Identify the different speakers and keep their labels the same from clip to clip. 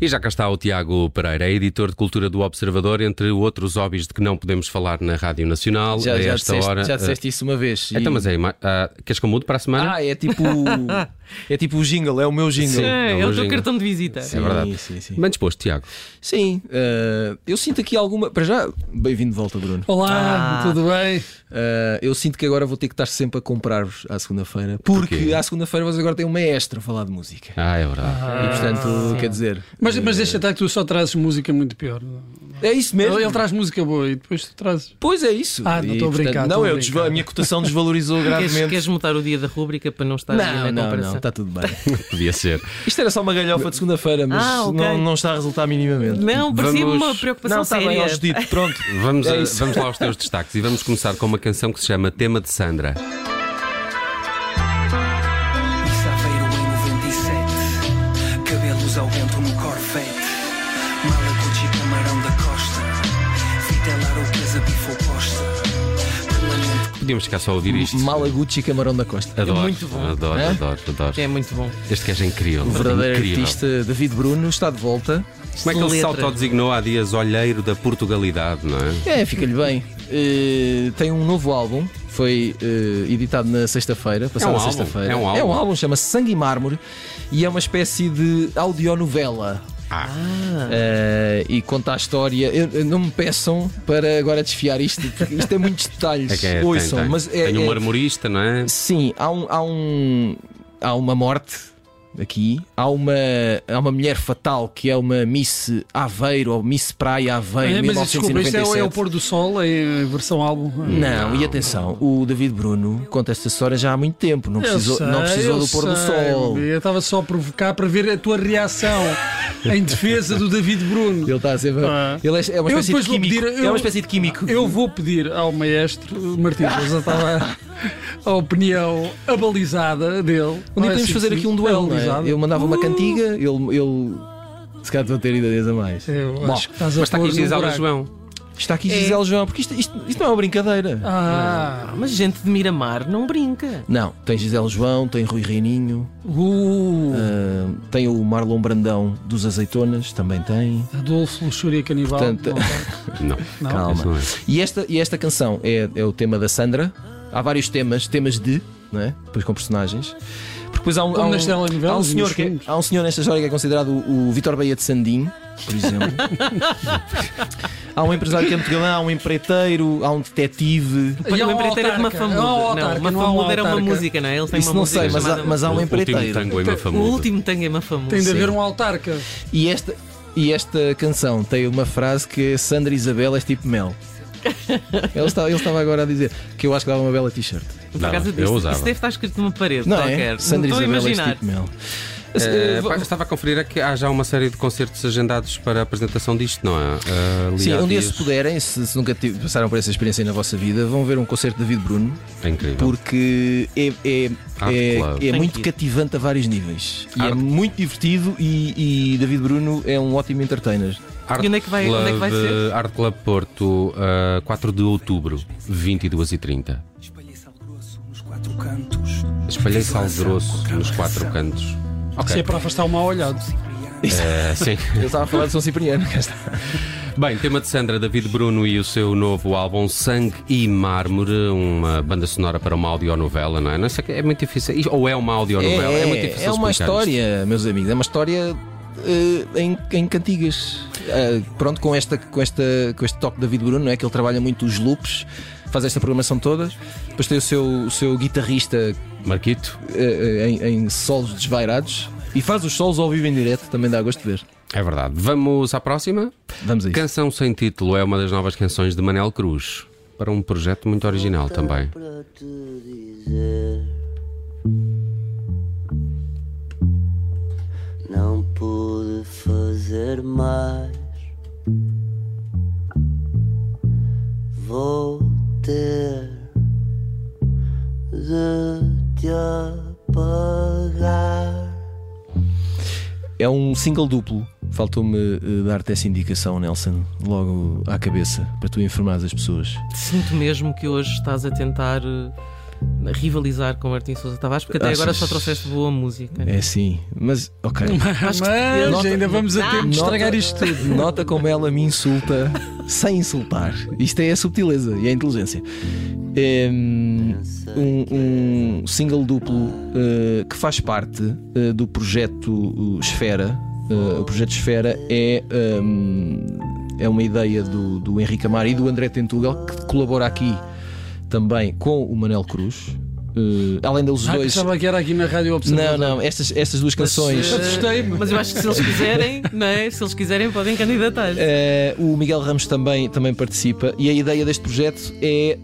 Speaker 1: E já cá está o Tiago Pereira, é editor de cultura do Observador, entre outros hobbies de que não podemos falar na Rádio Nacional
Speaker 2: Já,
Speaker 1: a
Speaker 2: já,
Speaker 1: esta
Speaker 2: disseste,
Speaker 1: hora.
Speaker 2: já disseste isso uma vez.
Speaker 1: Ah, então, mas é, ima- ah, queres que eu mude para a semana?
Speaker 2: Ah, é tipo. é tipo o jingle, é o meu jingle.
Speaker 1: Sim.
Speaker 3: É,
Speaker 1: Não,
Speaker 3: é o
Speaker 1: hoje
Speaker 3: teu
Speaker 1: ainda.
Speaker 3: cartão de visita.
Speaker 1: É verdade.
Speaker 2: Sim, sim.
Speaker 1: Bem disposto, Tiago.
Speaker 2: Sim, eh, eu sinto aqui alguma. Para já, bem-vindo de volta, Bruno.
Speaker 4: Olá,
Speaker 3: Ah.
Speaker 4: tudo bem?
Speaker 2: Eh, eu sinto que agora vou ter que estar sempre a comprar-vos à segunda-feira, porque
Speaker 1: Porquê?
Speaker 2: à segunda-feira vocês agora têm uma extra a falar de música.
Speaker 1: Ah, é verdade.
Speaker 2: e portanto, quer dizer.
Speaker 4: Mas,
Speaker 2: eh,
Speaker 4: mas deixa estar que tu só trazes música muito pior.
Speaker 2: É isso mesmo.
Speaker 4: Ele, ele traz música boa e depois tu trazes.
Speaker 2: Pois é isso.
Speaker 4: Ah, não,
Speaker 2: E,
Speaker 4: tô a
Speaker 2: portanto,
Speaker 4: brincar, tô
Speaker 2: Não,
Speaker 4: a
Speaker 2: eu
Speaker 4: brincar.
Speaker 2: desva- a minha cotação desvalorizou
Speaker 3: Queres,
Speaker 2: gravemente.
Speaker 3: queres mudar o dia da rúbrica para não estar
Speaker 1: é
Speaker 2: Não,
Speaker 3: ali na
Speaker 2: não, não,
Speaker 3: comparação?
Speaker 2: está tudo bem.
Speaker 1: Podia ser.
Speaker 2: Isto era só uma galhofa de segunda-feira, mas
Speaker 3: Ah, ok.
Speaker 2: não, não está a resultar minimamente.
Speaker 3: Não, parecia
Speaker 1: Vamos-
Speaker 3: uma preocupação
Speaker 2: não, está bem,
Speaker 3: séria.
Speaker 2: aos dito, pronto.
Speaker 1: Vamos,
Speaker 2: É
Speaker 1: a-
Speaker 2: isso.
Speaker 1: vamos lá aos teus destaques e vamos começar com uma canção que se chama Tema de Sandra.
Speaker 5: Aveiro em 97 Cabelos ao vento no Corvette Malaguti camarão da costa Vitelar ou pesa bifa oposta Permanente
Speaker 1: Podíamos ficar só a ouvir isto.
Speaker 2: Malaguti e Camarão da Costa.
Speaker 1: Adoro,
Speaker 3: muito bom.
Speaker 1: adoro,
Speaker 2: É?
Speaker 1: adoro, adoro.
Speaker 3: É muito bom.
Speaker 1: Este gajo é incrível.
Speaker 2: O verdadeiro
Speaker 1: incrível.
Speaker 2: artista David Bruno está de volta.
Speaker 1: Como é que ele se
Speaker 3: Letra.
Speaker 1: autodesignou há dias olheiro da Portugalidade, não é?
Speaker 2: É, fica-lhe bem. Eh, tem um novo álbum, foi eh, editado na sexta-feira, passada
Speaker 1: álbum,
Speaker 2: sexta-feira.
Speaker 1: é um álbum.
Speaker 2: chama-se Sangue e Mármore e é uma espécie de audionovela.
Speaker 1: Ah.
Speaker 2: Eh, e conta a história. Eu- eu não me peçam para agora desfiar isto, porque isto tem muitos detalhes.
Speaker 1: É que é,
Speaker 2: Ouçam,
Speaker 1: tem, tem.
Speaker 2: mas é,
Speaker 1: tem um
Speaker 2: é-
Speaker 1: marmorista, não é?
Speaker 2: Sim, há um, há um- há uma morte aqui, há uma há uma mulher fatal que é uma Miss Aveiro ou Miss Praia Aveiro
Speaker 4: É, mas desculpa,
Speaker 2: 1997.
Speaker 4: isto é, é o pôr do sol em eh, versão álbum.
Speaker 2: Não, e atenção, o David Bruno conta esta história já há muito tempo, não precisou, não precisou do pôr do sol.
Speaker 4: Eu estava só a provocar para ver a tua reação em defesa do David Bruno.
Speaker 2: Ele está a ser
Speaker 4: Ah.
Speaker 2: ele é, é uma
Speaker 4: Eu
Speaker 2: espécie
Speaker 4: depois
Speaker 2: de
Speaker 4: vou
Speaker 2: químico.
Speaker 4: pedir-
Speaker 2: É
Speaker 4: eu-
Speaker 2: uma espécie de químico.
Speaker 4: Eu vou pedir ao maestro Martins Sousa estava a opinião abalizada dele.
Speaker 2: Um dia podemos fazer aqui um duelo. não é? Eu mandava
Speaker 4: Uh.
Speaker 2: uma cantiga, ele, ele se calhar vou ter ideias a mais.
Speaker 4: Eu
Speaker 2: Bom,
Speaker 4: acho que estás a
Speaker 1: Mas está aqui
Speaker 4: pôr no
Speaker 1: Gisela
Speaker 4: buraco.
Speaker 1: João.
Speaker 2: Está aqui
Speaker 4: É.
Speaker 2: Gisele João, porque isto, isto, isto não é uma brincadeira.
Speaker 4: Ah,
Speaker 3: Ah, mas gente de Miramar não brinca.
Speaker 2: Não, tem Gisele João, tem Rui Reininho,
Speaker 4: uh.
Speaker 2: ah, tem o Marlon Brandão dos Azeitonas, também tem.
Speaker 4: Adolfo Luxúria Canibal.
Speaker 2: Portanto-
Speaker 1: Não,
Speaker 4: Não, não.
Speaker 2: Calma.
Speaker 1: isso não é.
Speaker 2: E esta, e esta canção é, é o tema da Sandra. Há vários temas, temas de, não é? Depois com personagens. Porque depois há um,
Speaker 4: Como
Speaker 2: há um,
Speaker 4: nas telenovelas
Speaker 2: há um
Speaker 4: e nos
Speaker 2: senhor que é-
Speaker 4: filmes.
Speaker 2: há um senhor nesta história que é considerado o, o Vitor Baía de Sandim, por exemplo. há um empresário que é muito galã, há um empreiteiro, há um detetive.
Speaker 3: Olha,
Speaker 4: há
Speaker 3: o
Speaker 4: um
Speaker 3: empreiteiro era uma
Speaker 4: autarca,
Speaker 3: famuda.
Speaker 4: não há um autarca,
Speaker 3: uma
Speaker 4: não há um
Speaker 3: famuda era uma
Speaker 4: autarca.
Speaker 3: música, não é? Ele tem
Speaker 2: Isso
Speaker 3: uma
Speaker 2: não
Speaker 3: música
Speaker 2: sei, mas há,
Speaker 3: chamada-
Speaker 2: mas há um
Speaker 1: O último
Speaker 2: empreiteiro.
Speaker 1: tango em
Speaker 3: O
Speaker 1: Mafamundo.
Speaker 3: último tango é uma famosa.
Speaker 4: Tem de haver
Speaker 2: Sim.
Speaker 4: um autarca.
Speaker 2: E esta, e esta canção tem uma frase que é Sandra Isabel és tipo mel. ele, estava, ele estava agora a dizer que eu acho que dava uma bela t-shirt.
Speaker 3: Por
Speaker 1: Dava,
Speaker 3: causa
Speaker 1: eu
Speaker 3: disso,
Speaker 1: usava.
Speaker 3: Isso deve estar escrito numa parede
Speaker 2: Não
Speaker 3: qualquer.
Speaker 2: é? Sandra
Speaker 3: Estou a
Speaker 2: Isabel és
Speaker 3: imaginar.
Speaker 2: tipo mel.
Speaker 1: Eh,
Speaker 2: Eh,
Speaker 1: pá, estava a conferir é que há já uma série de concertos agendados para a apresentação disto, não é? Eh, ali
Speaker 2: Sim,
Speaker 1: há
Speaker 2: um dia
Speaker 1: dias.
Speaker 2: se puderem, se, se nunca tive- passaram por essa experiência na vossa vida, vão ver um concerto de David Bruno,
Speaker 1: É incrível.
Speaker 2: porque é, é,
Speaker 3: Ah,
Speaker 1: Art
Speaker 2: é-
Speaker 1: Club.
Speaker 2: é
Speaker 3: Tem
Speaker 2: muito
Speaker 3: que ir.
Speaker 2: cativante a vários níveis. E é
Speaker 1: Art-
Speaker 2: muito divertido e, e David Bruno é um ótimo entertainer.
Speaker 1: Art
Speaker 3: E onde é que vai-
Speaker 1: Club,
Speaker 3: onde é que vai ser?
Speaker 1: eh, Art Club Porto, eh, 4 de outubro, 22h30.
Speaker 5: Espalhei sal grosso nos quatro cantos
Speaker 1: Espalhei sal grosso nos quatro cantos.
Speaker 4: Se é
Speaker 1: Ok.
Speaker 4: para afastar o mau olhado.
Speaker 1: Eh, sim.
Speaker 2: Ele estava a falar de São Cipriano, cá está.
Speaker 1: Bem, tema de Sandra, David Bruno e o seu novo álbum Sangue e Mármore, uma banda sonora para uma audionovela, não é? Não sei, que- é muito difícil. Isto- Ou é uma audionovela? É, muito difícil
Speaker 2: é uma
Speaker 1: explicar isto.
Speaker 2: história, meus amigos, é uma história eh, em, em cantigas. Eh, pronto, com, esta, com, esta, com este toque de David Bruno, não é que ele trabalha muito os loops, faz esta programação toda. Depois tem o seu, o seu guitarrista
Speaker 1: Marquito?
Speaker 2: eh, em, em solos desvairados e faz os solos ao vivo em direto, também dá gosto de ver.
Speaker 1: É verdade. Vamos à próxima.
Speaker 2: Vamos a isso.
Speaker 1: Canção Sem Título é uma das novas canções de Manel Cruz. Para um projeto muito original também.
Speaker 6: Para te dizer, não pude fazer mais. Vou ter de te apagar.
Speaker 2: É um single duplo. Faltou-me eh, dar-te essa indicação, Nelson, logo à cabeça, para tu informares as pessoas.
Speaker 3: Sinto mesmo que hoje estás a tentar eh, rivalizar com Martim Sousa Tavares, porque até
Speaker 2: Achas?
Speaker 3: agora só trouxeste boa música.
Speaker 2: É sim, mas ok.
Speaker 4: Mas
Speaker 2: Nota-
Speaker 4: ainda vamos
Speaker 3: Ah,
Speaker 4: a tempo de
Speaker 2: Nota-
Speaker 4: estragar isto tudo.
Speaker 2: Nota como ela me insulta sem insultar. Isto é a subtileza e a inteligência. É, hum, Um, um single duplo eh, que faz parte eh, do projeto eh, Esfera. Eh, o projeto Esfera é. hum, é uma ideia do, do Henrique Amar e do André Tentugal que colabora aqui também com o Manel Cruz. Eh, além deles
Speaker 4: Ah,
Speaker 2: dois.
Speaker 4: pensava que era aqui na Rádio
Speaker 2: Não,
Speaker 4: Observador.
Speaker 2: não, estas, estas duas canções.
Speaker 3: eh,
Speaker 4: Assustei-me.
Speaker 3: Mas eu acho que se eles quiserem, não é? Se eles quiserem, podem candidatar.
Speaker 2: Eh, o Miguel Ramos também, também participa e a ideia deste projeto é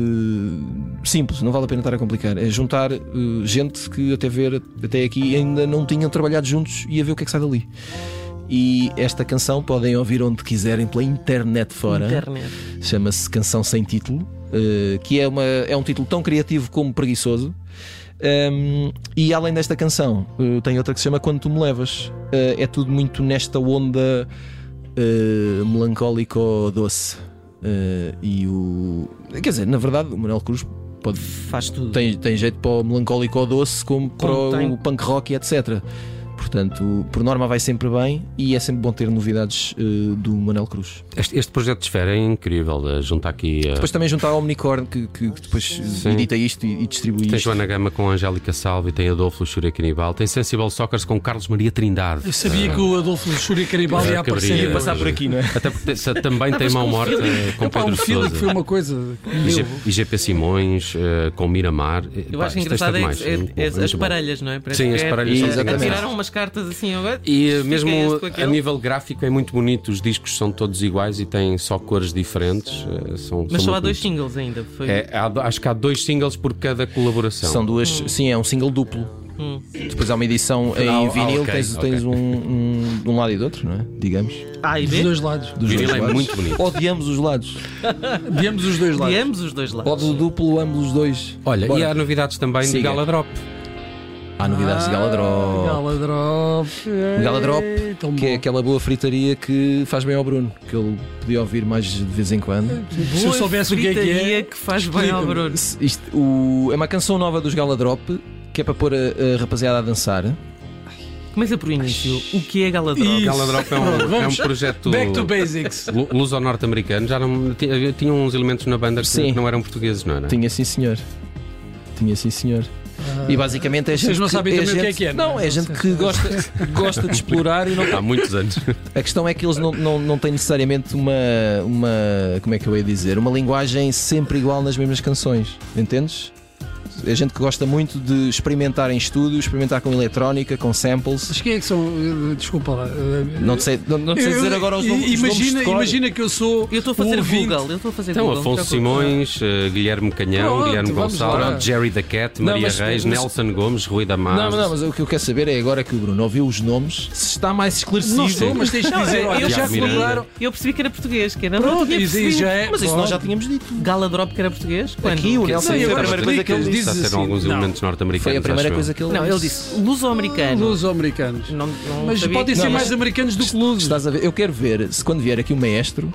Speaker 2: eh, simples, não vale a pena estar a complicar. É juntar eh, gente que até ver até aqui ainda não tinham trabalhado juntos e a ver o que é que sai dali. E esta canção podem ouvir onde quiserem pela internet fora.
Speaker 3: Internet.
Speaker 2: Chama-se Canção Sem Título, eh, que é, uma, é um título tão criativo como preguiçoso. Um, e além desta canção, eh, tem outra que se chama Quando Tu Me Levas. Eh, é tudo muito nesta onda eh, melancólico-doce. Eh, e o. Quer dizer, na verdade, o Manuel Cruz pode,
Speaker 3: Faz tudo.
Speaker 2: tem, tem jeito para o melancólico-doce, como para o
Speaker 3: tem.
Speaker 2: punk rock e etc. Portanto, por norma, vai sempre bem e é sempre bom ter novidades eh, do Manuel Cruz.
Speaker 1: Este, este projeto de esfera é incrível. eh, Junta aqui a
Speaker 2: Depois também juntar ao Omnicorn que, que- que depois edita isto e, e distribui
Speaker 1: Tem
Speaker 2: isto.
Speaker 1: Joana Gama com Angélica Salvi, tem Adolfo Luxúria Canibal, tem Sensible Soccer com Carlos Maria Trindade.
Speaker 4: Eu sabia que o Adolfo Luxúria Caribal ia aparecer.
Speaker 1: Cabrera.
Speaker 4: Epá,
Speaker 2: não é?
Speaker 1: Eh, Até porque se- também tem Mão Morta eh, com
Speaker 4: um
Speaker 1: Pedro
Speaker 4: filme que foi
Speaker 1: Sousa.
Speaker 4: uma coisa.
Speaker 1: E G- e GP Simões, eh, com Miramar. eh,
Speaker 3: Eu
Speaker 1: pá,
Speaker 3: acho
Speaker 1: isto
Speaker 3: engraçado é,
Speaker 1: demais,
Speaker 3: é-
Speaker 1: muito bom,
Speaker 3: é
Speaker 1: muito
Speaker 3: as
Speaker 1: bom.
Speaker 3: parelhas, não é?
Speaker 1: Sim,
Speaker 3: que
Speaker 1: as
Speaker 3: é-
Speaker 1: parelhas
Speaker 2: são
Speaker 3: é-
Speaker 2: engraçadas.
Speaker 3: Tiraram umas cartas assim agora.
Speaker 1: E eh,
Speaker 3: fica
Speaker 1: mesmo
Speaker 3: este com
Speaker 1: a
Speaker 3: aquele.
Speaker 1: nível gráfico é muito bonito, os discos são todos iguais e têm só cores diferentes. eh, São,
Speaker 3: Mas
Speaker 1: são
Speaker 3: só há
Speaker 1: muito bonitos.
Speaker 3: dois singles ainda. Foi...
Speaker 1: É, há do- acho que há dois singles por cada colaboração.
Speaker 2: São duas, sim, é um single duplo. Depois há uma edição em
Speaker 1: Ah, ah,
Speaker 2: vinil,
Speaker 1: ok,
Speaker 2: tens,
Speaker 1: ok.
Speaker 2: tens um, um- de um lado e do outro, não é? Digamos.
Speaker 3: A e
Speaker 4: Dos
Speaker 3: B?
Speaker 4: dois lados.
Speaker 2: Dos
Speaker 1: O vinil
Speaker 2: dois
Speaker 1: é
Speaker 2: lados.
Speaker 1: muito bonito.
Speaker 2: Ou de ambos os lados.
Speaker 4: De ambos os dois
Speaker 3: De
Speaker 4: lados.
Speaker 3: ambos os dois
Speaker 2: Ou
Speaker 3: lados.
Speaker 2: do duplo, ambos os dois.
Speaker 1: Olha, e
Speaker 2: Bora.
Speaker 1: há novidades também de
Speaker 2: Siga.
Speaker 1: Gala Drop.
Speaker 2: Há novidades de Galadrop.
Speaker 4: Ah,
Speaker 2: Um
Speaker 4: Galadrop.
Speaker 2: Galadrop,
Speaker 4: Ei, tão
Speaker 2: que é
Speaker 4: bom.
Speaker 2: aquela boa fritaria que faz bem ao Bruno, que ele podia ouvir mais de vez em quando.
Speaker 4: Se eu
Speaker 3: Boa
Speaker 4: soubesse o que é que
Speaker 3: fritaria
Speaker 4: é.
Speaker 3: que faz bem ao
Speaker 4: explica-me.
Speaker 3: Bruno.
Speaker 2: Se- isto- o- é uma canção nova dos Galadrop, que é para pôr a, a rapaziada a dançar.
Speaker 3: Começa por início. O que é Galadrop?
Speaker 4: Isso.
Speaker 1: Gala Drop é um, é um
Speaker 4: Vamos.
Speaker 1: projeto.
Speaker 4: Back to basics.
Speaker 1: Lu- Luz ao norte-americano, já não ti- eh, tinham uns elementos na banda que
Speaker 2: Sim.
Speaker 1: não eram portugueses, não é? era?
Speaker 2: Tinha sim, senhor. Tinha sim, senhor. E basicamente é
Speaker 4: Vocês
Speaker 2: gente
Speaker 4: não sabem também o que
Speaker 2: gente-
Speaker 4: é que é, não é?
Speaker 2: Não, é gente que gosta, gosta de explorar e não.
Speaker 1: Há muitos anos.
Speaker 2: A questão é que eles não, não, não têm necessariamente uma, uma. Como é que eu ia dizer? Uma linguagem sempre igual nas mesmas canções. Entendes? É gente que gosta muito de experimentar em estúdio, experimentar com eletrónica, com samples.
Speaker 4: Mas quem é que são. eh, Desculpa lá. eh,
Speaker 2: Não te sei, não, não te sei
Speaker 4: eu-
Speaker 2: dizer agora os
Speaker 4: i-
Speaker 2: nomes. os nomes
Speaker 4: Imagina,
Speaker 2: de cor.
Speaker 4: imagina que eu sou.
Speaker 3: Eu estou a fazer
Speaker 4: um ouvinte.
Speaker 3: Google. Eu estou a fazer
Speaker 1: Então,
Speaker 3: Google.
Speaker 1: Afonso
Speaker 3: não te
Speaker 1: Simões,
Speaker 3: preocupes.
Speaker 1: eh, Guilherme Canhão,
Speaker 4: Pronto,
Speaker 1: Guilherme
Speaker 4: vamos lá.
Speaker 1: Gonçalo, Jerry da Cat,
Speaker 2: Não,
Speaker 1: Maria
Speaker 2: mas-
Speaker 1: Reis,
Speaker 2: mas-
Speaker 1: Nelson Gomes, Rui Damas.
Speaker 2: Não, não, mas o que eu quero saber é agora que o Bruno ouviu os nomes, se está mais esclarecido.
Speaker 4: Não sou, mas tens de dizer.
Speaker 3: eu-
Speaker 4: olha,
Speaker 3: eu-
Speaker 4: já
Speaker 1: Tiago Miranda.
Speaker 4: colaboraram.
Speaker 3: Eu percebi que era português, que era
Speaker 4: Pronto,
Speaker 3: Eu
Speaker 4: isso aí
Speaker 3: percebi.
Speaker 4: já é.
Speaker 2: Mas isso nós já
Speaker 4: pronto.
Speaker 2: tínhamos dito.
Speaker 3: Galadrop que era português? Quando?
Speaker 2: Aqui o Nelson
Speaker 4: Não,
Speaker 2: disse
Speaker 4: eu
Speaker 2: a
Speaker 4: agora
Speaker 2: primeira coisa que ele
Speaker 4: explico,
Speaker 2: disse.
Speaker 1: Está a é
Speaker 4: diz
Speaker 1: ser
Speaker 4: assim,
Speaker 1: alguns
Speaker 4: não.
Speaker 1: elementos norte-americanos.
Speaker 2: Foi a primeira
Speaker 1: acho eu.
Speaker 2: coisa que ele
Speaker 3: Não,
Speaker 2: disse.
Speaker 3: ele disse luso-americano.
Speaker 4: Luz americanos.
Speaker 3: Não, não
Speaker 4: Mas
Speaker 3: sabia
Speaker 4: podem
Speaker 3: que
Speaker 4: ser
Speaker 3: tinha-
Speaker 4: mais americanos do que luzes.
Speaker 2: Estás a ver? Eu quero ver se quando vier aqui o maestro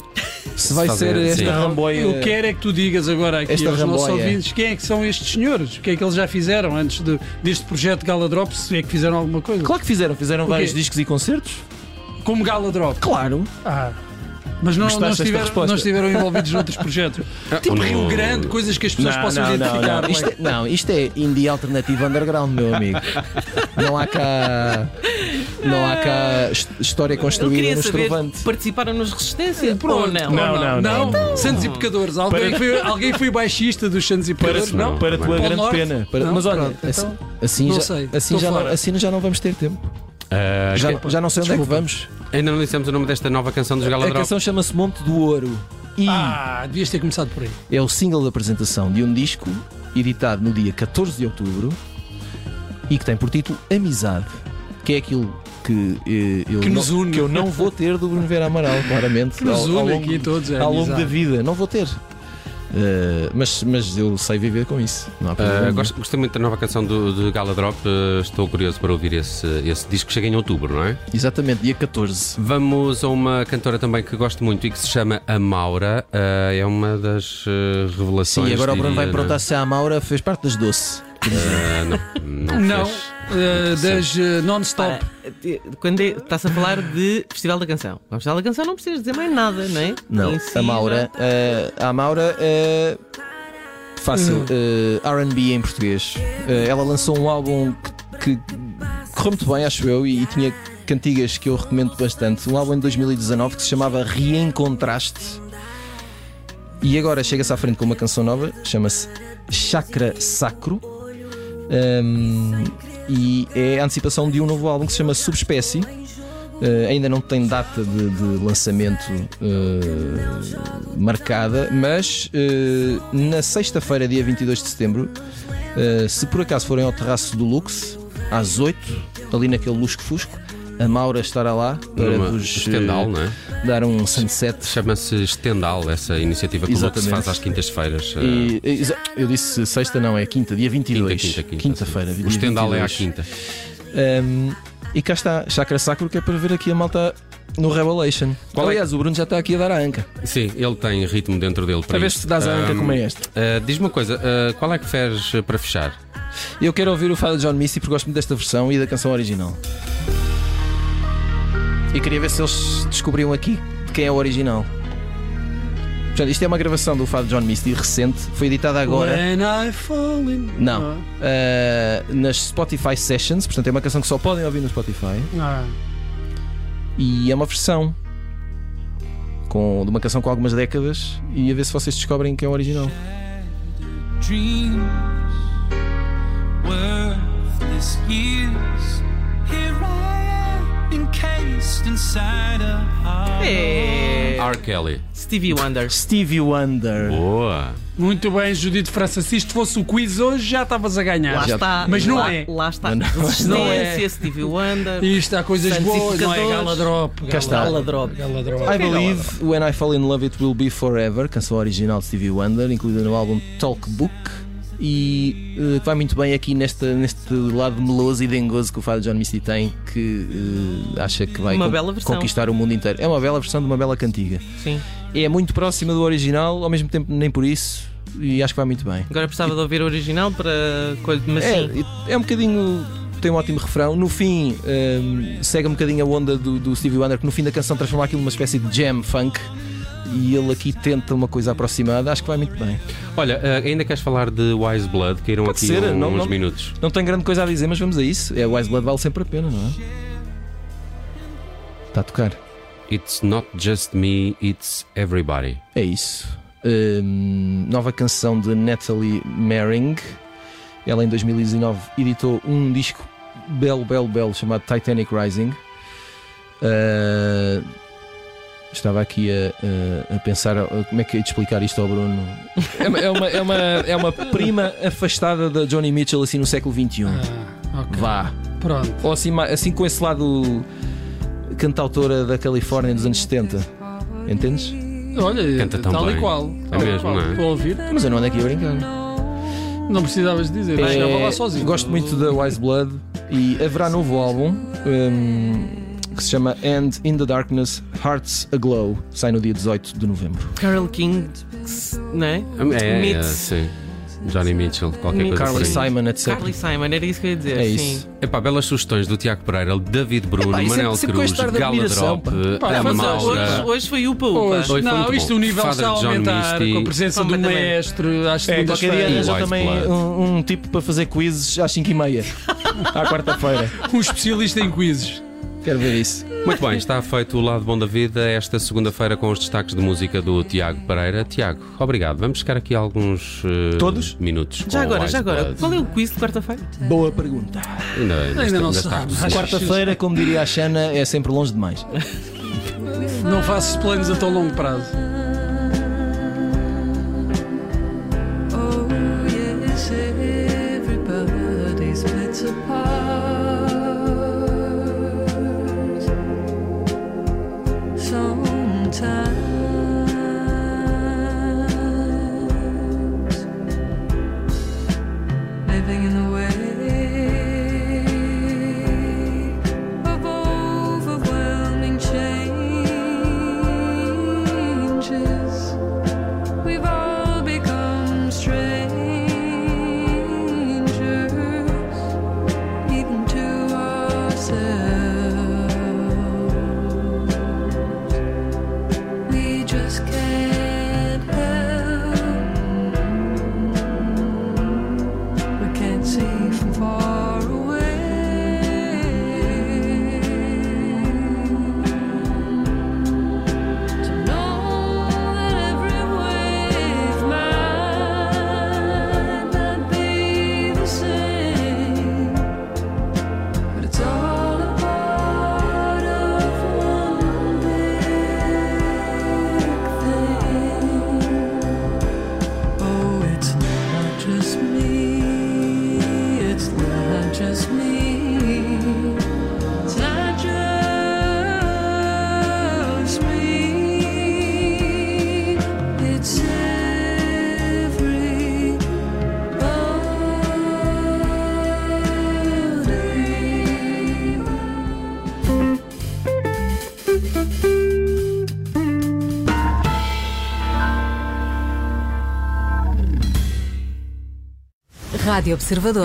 Speaker 2: se vai
Speaker 1: está a
Speaker 2: ser
Speaker 1: ver,
Speaker 2: esta
Speaker 1: sim.
Speaker 4: Não,
Speaker 2: ramboia.
Speaker 4: Eu quero é que tu digas agora aqui
Speaker 2: Esta
Speaker 4: aos nossos
Speaker 2: ramboia.
Speaker 4: ouvintes quem é que são estes senhores, o que é que eles já fizeram antes de- deste projeto Gala Drop, se é que fizeram alguma coisa.
Speaker 2: Claro que fizeram, fizeram vários
Speaker 4: quê?
Speaker 2: discos e concertos.
Speaker 4: Como Gala Drop.
Speaker 2: Claro.
Speaker 4: Ah. Mas não,
Speaker 2: Gostaste
Speaker 4: não,
Speaker 2: desta
Speaker 4: estiveram,
Speaker 2: resposta?
Speaker 4: não estiveram envolvidos noutros projetos.
Speaker 1: Ah, ou
Speaker 4: Tipo
Speaker 2: um
Speaker 1: não-
Speaker 4: Rio Grande, coisas que as pessoas possam identificar.
Speaker 2: Ah, não. Isto, é- não, isto é indie alternativo underground, meu amigo. Não há cá. Não há cá his- história
Speaker 3: Eu
Speaker 2: construída
Speaker 3: queria
Speaker 2: no
Speaker 3: saber,
Speaker 2: estrovante. É,
Speaker 3: participaram nos Resistência? Ou não?
Speaker 7: Não, não, não,
Speaker 4: Santos e Pecadores. Alguém, foi, alguém foi baixista dos Santos e Pecadores?
Speaker 1: não. é.
Speaker 4: não.
Speaker 7: Para a tua
Speaker 4: Polo
Speaker 7: grande
Speaker 4: Norte?
Speaker 7: pena.
Speaker 2: Para-
Speaker 4: Não,
Speaker 2: mas olha,
Speaker 4: pronto,
Speaker 2: assim,
Speaker 4: então,
Speaker 2: assim
Speaker 4: não
Speaker 2: já,
Speaker 4: sei,
Speaker 2: assim,
Speaker 4: estou
Speaker 2: já não,
Speaker 4: fora.
Speaker 2: assim já não vamos ter tempo.
Speaker 1: Ah,
Speaker 2: Já, já não sei onde é que vamos.
Speaker 1: Ainda não dissemos o nome desta nova canção dos
Speaker 2: A
Speaker 1: Galadrop.
Speaker 2: canção chama-se Monte do Ouro. E
Speaker 4: Ah, devias ter começado por aí.
Speaker 2: é o single de apresentação de um disco editado no dia 14 de outubro e que tem por título Amizade, que é aquilo que, eh, eu,
Speaker 4: Que
Speaker 2: não,
Speaker 4: nos une.
Speaker 2: que eu não vou ter do Bruno Vera Amaral, claramente,
Speaker 4: Nos
Speaker 2: ao, ao
Speaker 4: une
Speaker 2: longo,
Speaker 4: aqui todos. É
Speaker 2: ao longo da
Speaker 4: amizade.
Speaker 2: vida. Não vou ter. Eh, mas, mas eu sei viver com isso. Não há problema.
Speaker 1: Ah,
Speaker 2: nenhum.
Speaker 1: gosto, gostei muito da nova canção do, de Gala Drop. ah, estou curioso para ouvir esse, esse disco que chega em outubro, não é?
Speaker 2: Exatamente, dia 14.
Speaker 1: Vamos a uma cantora também que gosto muito e que se chama A Maura. Ah, é uma das ah, revelações.
Speaker 2: Sim, agora o Bruno
Speaker 1: diria,
Speaker 2: vai
Speaker 1: não é?
Speaker 2: perguntar assim. se a Maura fez parte das doce.
Speaker 1: Ah, não, não,
Speaker 4: Não,
Speaker 1: fez.
Speaker 4: eh, das eh,
Speaker 3: Para,
Speaker 4: non-stop.
Speaker 3: eh, quando é- estás a falar de Festival da Canção. Vamos Festival da Canção não precisas dizer mais nada, não é?
Speaker 2: Não,
Speaker 3: Em si,
Speaker 2: a Maura. eh, a Maura. eh, fácil. eh, RB em português. Eh, ela lançou um álbum que, que correu muito bem, acho eu, e, e tinha cantigas que eu recomendo bastante. Um álbum de 2019 que se chamava Reencontraste. E agora chega-se à frente com uma canção nova, chama-se Chakra Sacro. Ahm, e é a antecipação de um novo álbum que se chama Subespécie. Eh, ainda não tem data de, de lançamento eh, marcada, mas eh, na sexta-feira, dia 22 de setembro, eh, se por acaso forem ao terraço do Lux, às 8, ali naquele lusco-fusco, a Maura estará lá para
Speaker 1: Numa-
Speaker 2: vos eh,
Speaker 1: Stendhal, não é?
Speaker 2: dar um sunset.
Speaker 1: Chama-se Stendhal, essa iniciativa que o Lux
Speaker 2: Exatamente.
Speaker 1: faz às quintas-feiras. ah,
Speaker 2: E, exa- eu disse sexta, não, é quinta, dia 22.
Speaker 1: Quinta, quinta, quinta,
Speaker 2: feira
Speaker 1: sim.
Speaker 2: dia
Speaker 1: O Stendhal é à
Speaker 2: 22.
Speaker 1: quinta.
Speaker 2: Um, e cá está, Chakra Sacro, que é para ver aqui a malta no Revelation.
Speaker 1: Qual é-
Speaker 2: Aliás, o Bruno já está aqui a dar a anca.
Speaker 1: Sim, ele tem ritmo dentro dele para
Speaker 2: Para ver
Speaker 1: isto.
Speaker 2: se dás a anca
Speaker 1: Ahm,
Speaker 2: como é este.
Speaker 1: ah, Diz-me uma coisa, ah, qual é que fez ah, para fechar?
Speaker 2: Eu quero ouvir o Fado de John Missy porque gosto muito desta versão e da canção original. E queria ver se eles descobriam aqui quem é o original. Portanto, isto é uma gravação do Fado de John Misty recente, foi editada agora.
Speaker 4: When I fall in...
Speaker 2: Não. Uh, nas Spotify Sessions, portanto é uma canção que só podem ouvir no Spotify.
Speaker 4: Ah,
Speaker 2: E é uma versão com, de uma canção com algumas décadas e a ver se vocês descobrem quem é o original.
Speaker 5: dreams, worthless years. Here I am, encased inside a heart.
Speaker 3: É.
Speaker 1: R. Kelly.
Speaker 3: Stevie Wonder.
Speaker 2: Stevie Wonder.
Speaker 1: Boa!
Speaker 4: Muito bem, Judito França. Se isto fosse o quiz hoje, já estavas a ganhar.
Speaker 3: Lá
Speaker 2: Já-
Speaker 3: está.
Speaker 4: Mas não
Speaker 3: lá,
Speaker 4: é.
Speaker 3: Lá está.
Speaker 2: Não, não.
Speaker 3: Resistência,
Speaker 4: Não é.
Speaker 3: Stevie Wonder.
Speaker 4: Isto há coisas boas, não é?
Speaker 3: Santificadores.
Speaker 4: Gala Drop. Gala,
Speaker 2: está.
Speaker 3: Gala Drop.
Speaker 4: Gala Drop.
Speaker 3: é
Speaker 2: I Believe When I Fall in Love It Will Be Forever, canção original de Stevie Wonder, incluída no álbum Talk Book. E eh, que vai muito bem aqui nesta, neste lado meloso e dengoso que o Fado John Misty tem, que eh, acha que vai
Speaker 3: Uma
Speaker 2: con-
Speaker 3: bela versão.
Speaker 2: conquistar o mundo inteiro. É uma bela versão de uma bela cantiga.
Speaker 3: Sim.
Speaker 2: É muito próxima do original, ao mesmo tempo nem por isso, e acho que vai muito bem.
Speaker 3: Agora precisava de ouvir o original para. coisa- Mas sim.
Speaker 2: É, é um bocadinho. Tem um ótimo refrão. No fim, hum, segue um bocadinho a onda do, do Stevie Wonder, que no fim da canção transforma aquilo numa espécie de jam funk. E ele aqui tenta uma coisa aproximada, acho que vai muito bem.
Speaker 1: Olha, ah, ainda queres falar de Wise Blood? Caíram
Speaker 2: Pode
Speaker 1: aqui
Speaker 2: ser,
Speaker 1: um-
Speaker 2: não-
Speaker 1: uns
Speaker 2: não-
Speaker 1: minutos.
Speaker 2: Não tenho grande coisa a dizer, mas vamos a isso. É, o Wise Blood vale sempre a pena, não é? Está a tocar.
Speaker 1: It's not just me, it's everybody.
Speaker 2: É isso. Hum, nova canção de Natalie Mering. Ela em 2019 editou um disco belo, belo, belo chamado Titanic Rising. Uh, estava aqui a, a- a pensar uh, como é que é de explicar isto ao Bruno. É uma, é uma, é uma, é uma prima afastada da Johnny Mitchell assim no século XXI.
Speaker 4: Ah, ok.
Speaker 2: Vá.
Speaker 4: Pronto.
Speaker 2: Ou assim, ma- assim com esse lado cantautora da Califórnia dos anos 70. Entendes?
Speaker 4: Olha,
Speaker 1: Canta tão
Speaker 4: tal
Speaker 1: bem.
Speaker 4: e qual. Tal e
Speaker 1: mesmo,
Speaker 4: qual.
Speaker 1: não é?
Speaker 4: Estou a ouvir.
Speaker 2: Mas eu não ando aqui a brincar.
Speaker 4: Não precisavas dizer.
Speaker 2: É,
Speaker 4: Chegava lá sozinho.
Speaker 2: Gosto muito da Wise Blood e haverá novo álbum hum, que se chama And in the Darkness Hearts Aglow. Sai no dia 18 de novembro.
Speaker 3: Carol King, não é?
Speaker 1: É, é,
Speaker 3: Meets-
Speaker 1: sim. Johnny Mitchell, qualquer
Speaker 3: Meets-
Speaker 1: coisa
Speaker 2: Carly
Speaker 1: assim.
Speaker 2: Simon, etc.
Speaker 3: Carly Simon, era isso que eu ia dizer.
Speaker 2: É
Speaker 3: Sim.
Speaker 2: isso.
Speaker 1: Epá, belas sugestões do Tiago Pereira, David Bruno,
Speaker 2: Epá, isso é
Speaker 1: Manel
Speaker 2: sempre com
Speaker 1: Cruz,
Speaker 2: este ar de
Speaker 1: Gala
Speaker 2: admiração,
Speaker 1: Drop, eh,
Speaker 2: pá.
Speaker 1: Ana
Speaker 4: Pá, mas
Speaker 1: Maura.
Speaker 3: Hoje, hoje foi upa upa.
Speaker 1: Hoje foi muito
Speaker 4: não,
Speaker 1: bom.
Speaker 4: isto o nível
Speaker 1: Father
Speaker 4: está a
Speaker 1: John
Speaker 4: aumentar
Speaker 1: Misty.
Speaker 4: com a presença do
Speaker 3: Também.
Speaker 4: maestro às
Speaker 2: É, qualquer dia
Speaker 4: segundas-feiras.
Speaker 2: arranja
Speaker 1: Wise
Speaker 2: também
Speaker 1: Blood.
Speaker 2: um, um tipo para fazer quizzes às 5h30 à quarta-feira.
Speaker 4: Um especialista em quizzes.
Speaker 2: Quero ver isso.
Speaker 1: Muito bem, está feito o Lado Bom da Vida esta segunda-feira com os destaques de música do Tiago Pereira. Tiago, obrigado. Vamos ficar aqui alguns eh,
Speaker 2: Todos?
Speaker 1: minutos. com
Speaker 3: Já agora,
Speaker 1: Wise
Speaker 3: já agora.
Speaker 1: Blood.
Speaker 3: Qual é o quiz de quarta-feira?
Speaker 2: Boa pergunta.
Speaker 1: Ainda, ainda,
Speaker 4: Ainda não
Speaker 1: ainda
Speaker 4: se sabe.
Speaker 1: está-
Speaker 2: Quarta-feira, como diria a Xana, é sempre longe demais.
Speaker 4: Não faço planos a tão longo prazo.
Speaker 7: Oh, yes, everybody splits apart sometimes. living in the way of overwhelming changes. We've all become strangers, even to ourselves. We just can't help. We can't see from far away. To know that every wave might not be the same, but it's all a part of one big thing. Oh, it's not just me. It's not just me. It's not just me. It's everybody.
Speaker 8: Rádio Observador.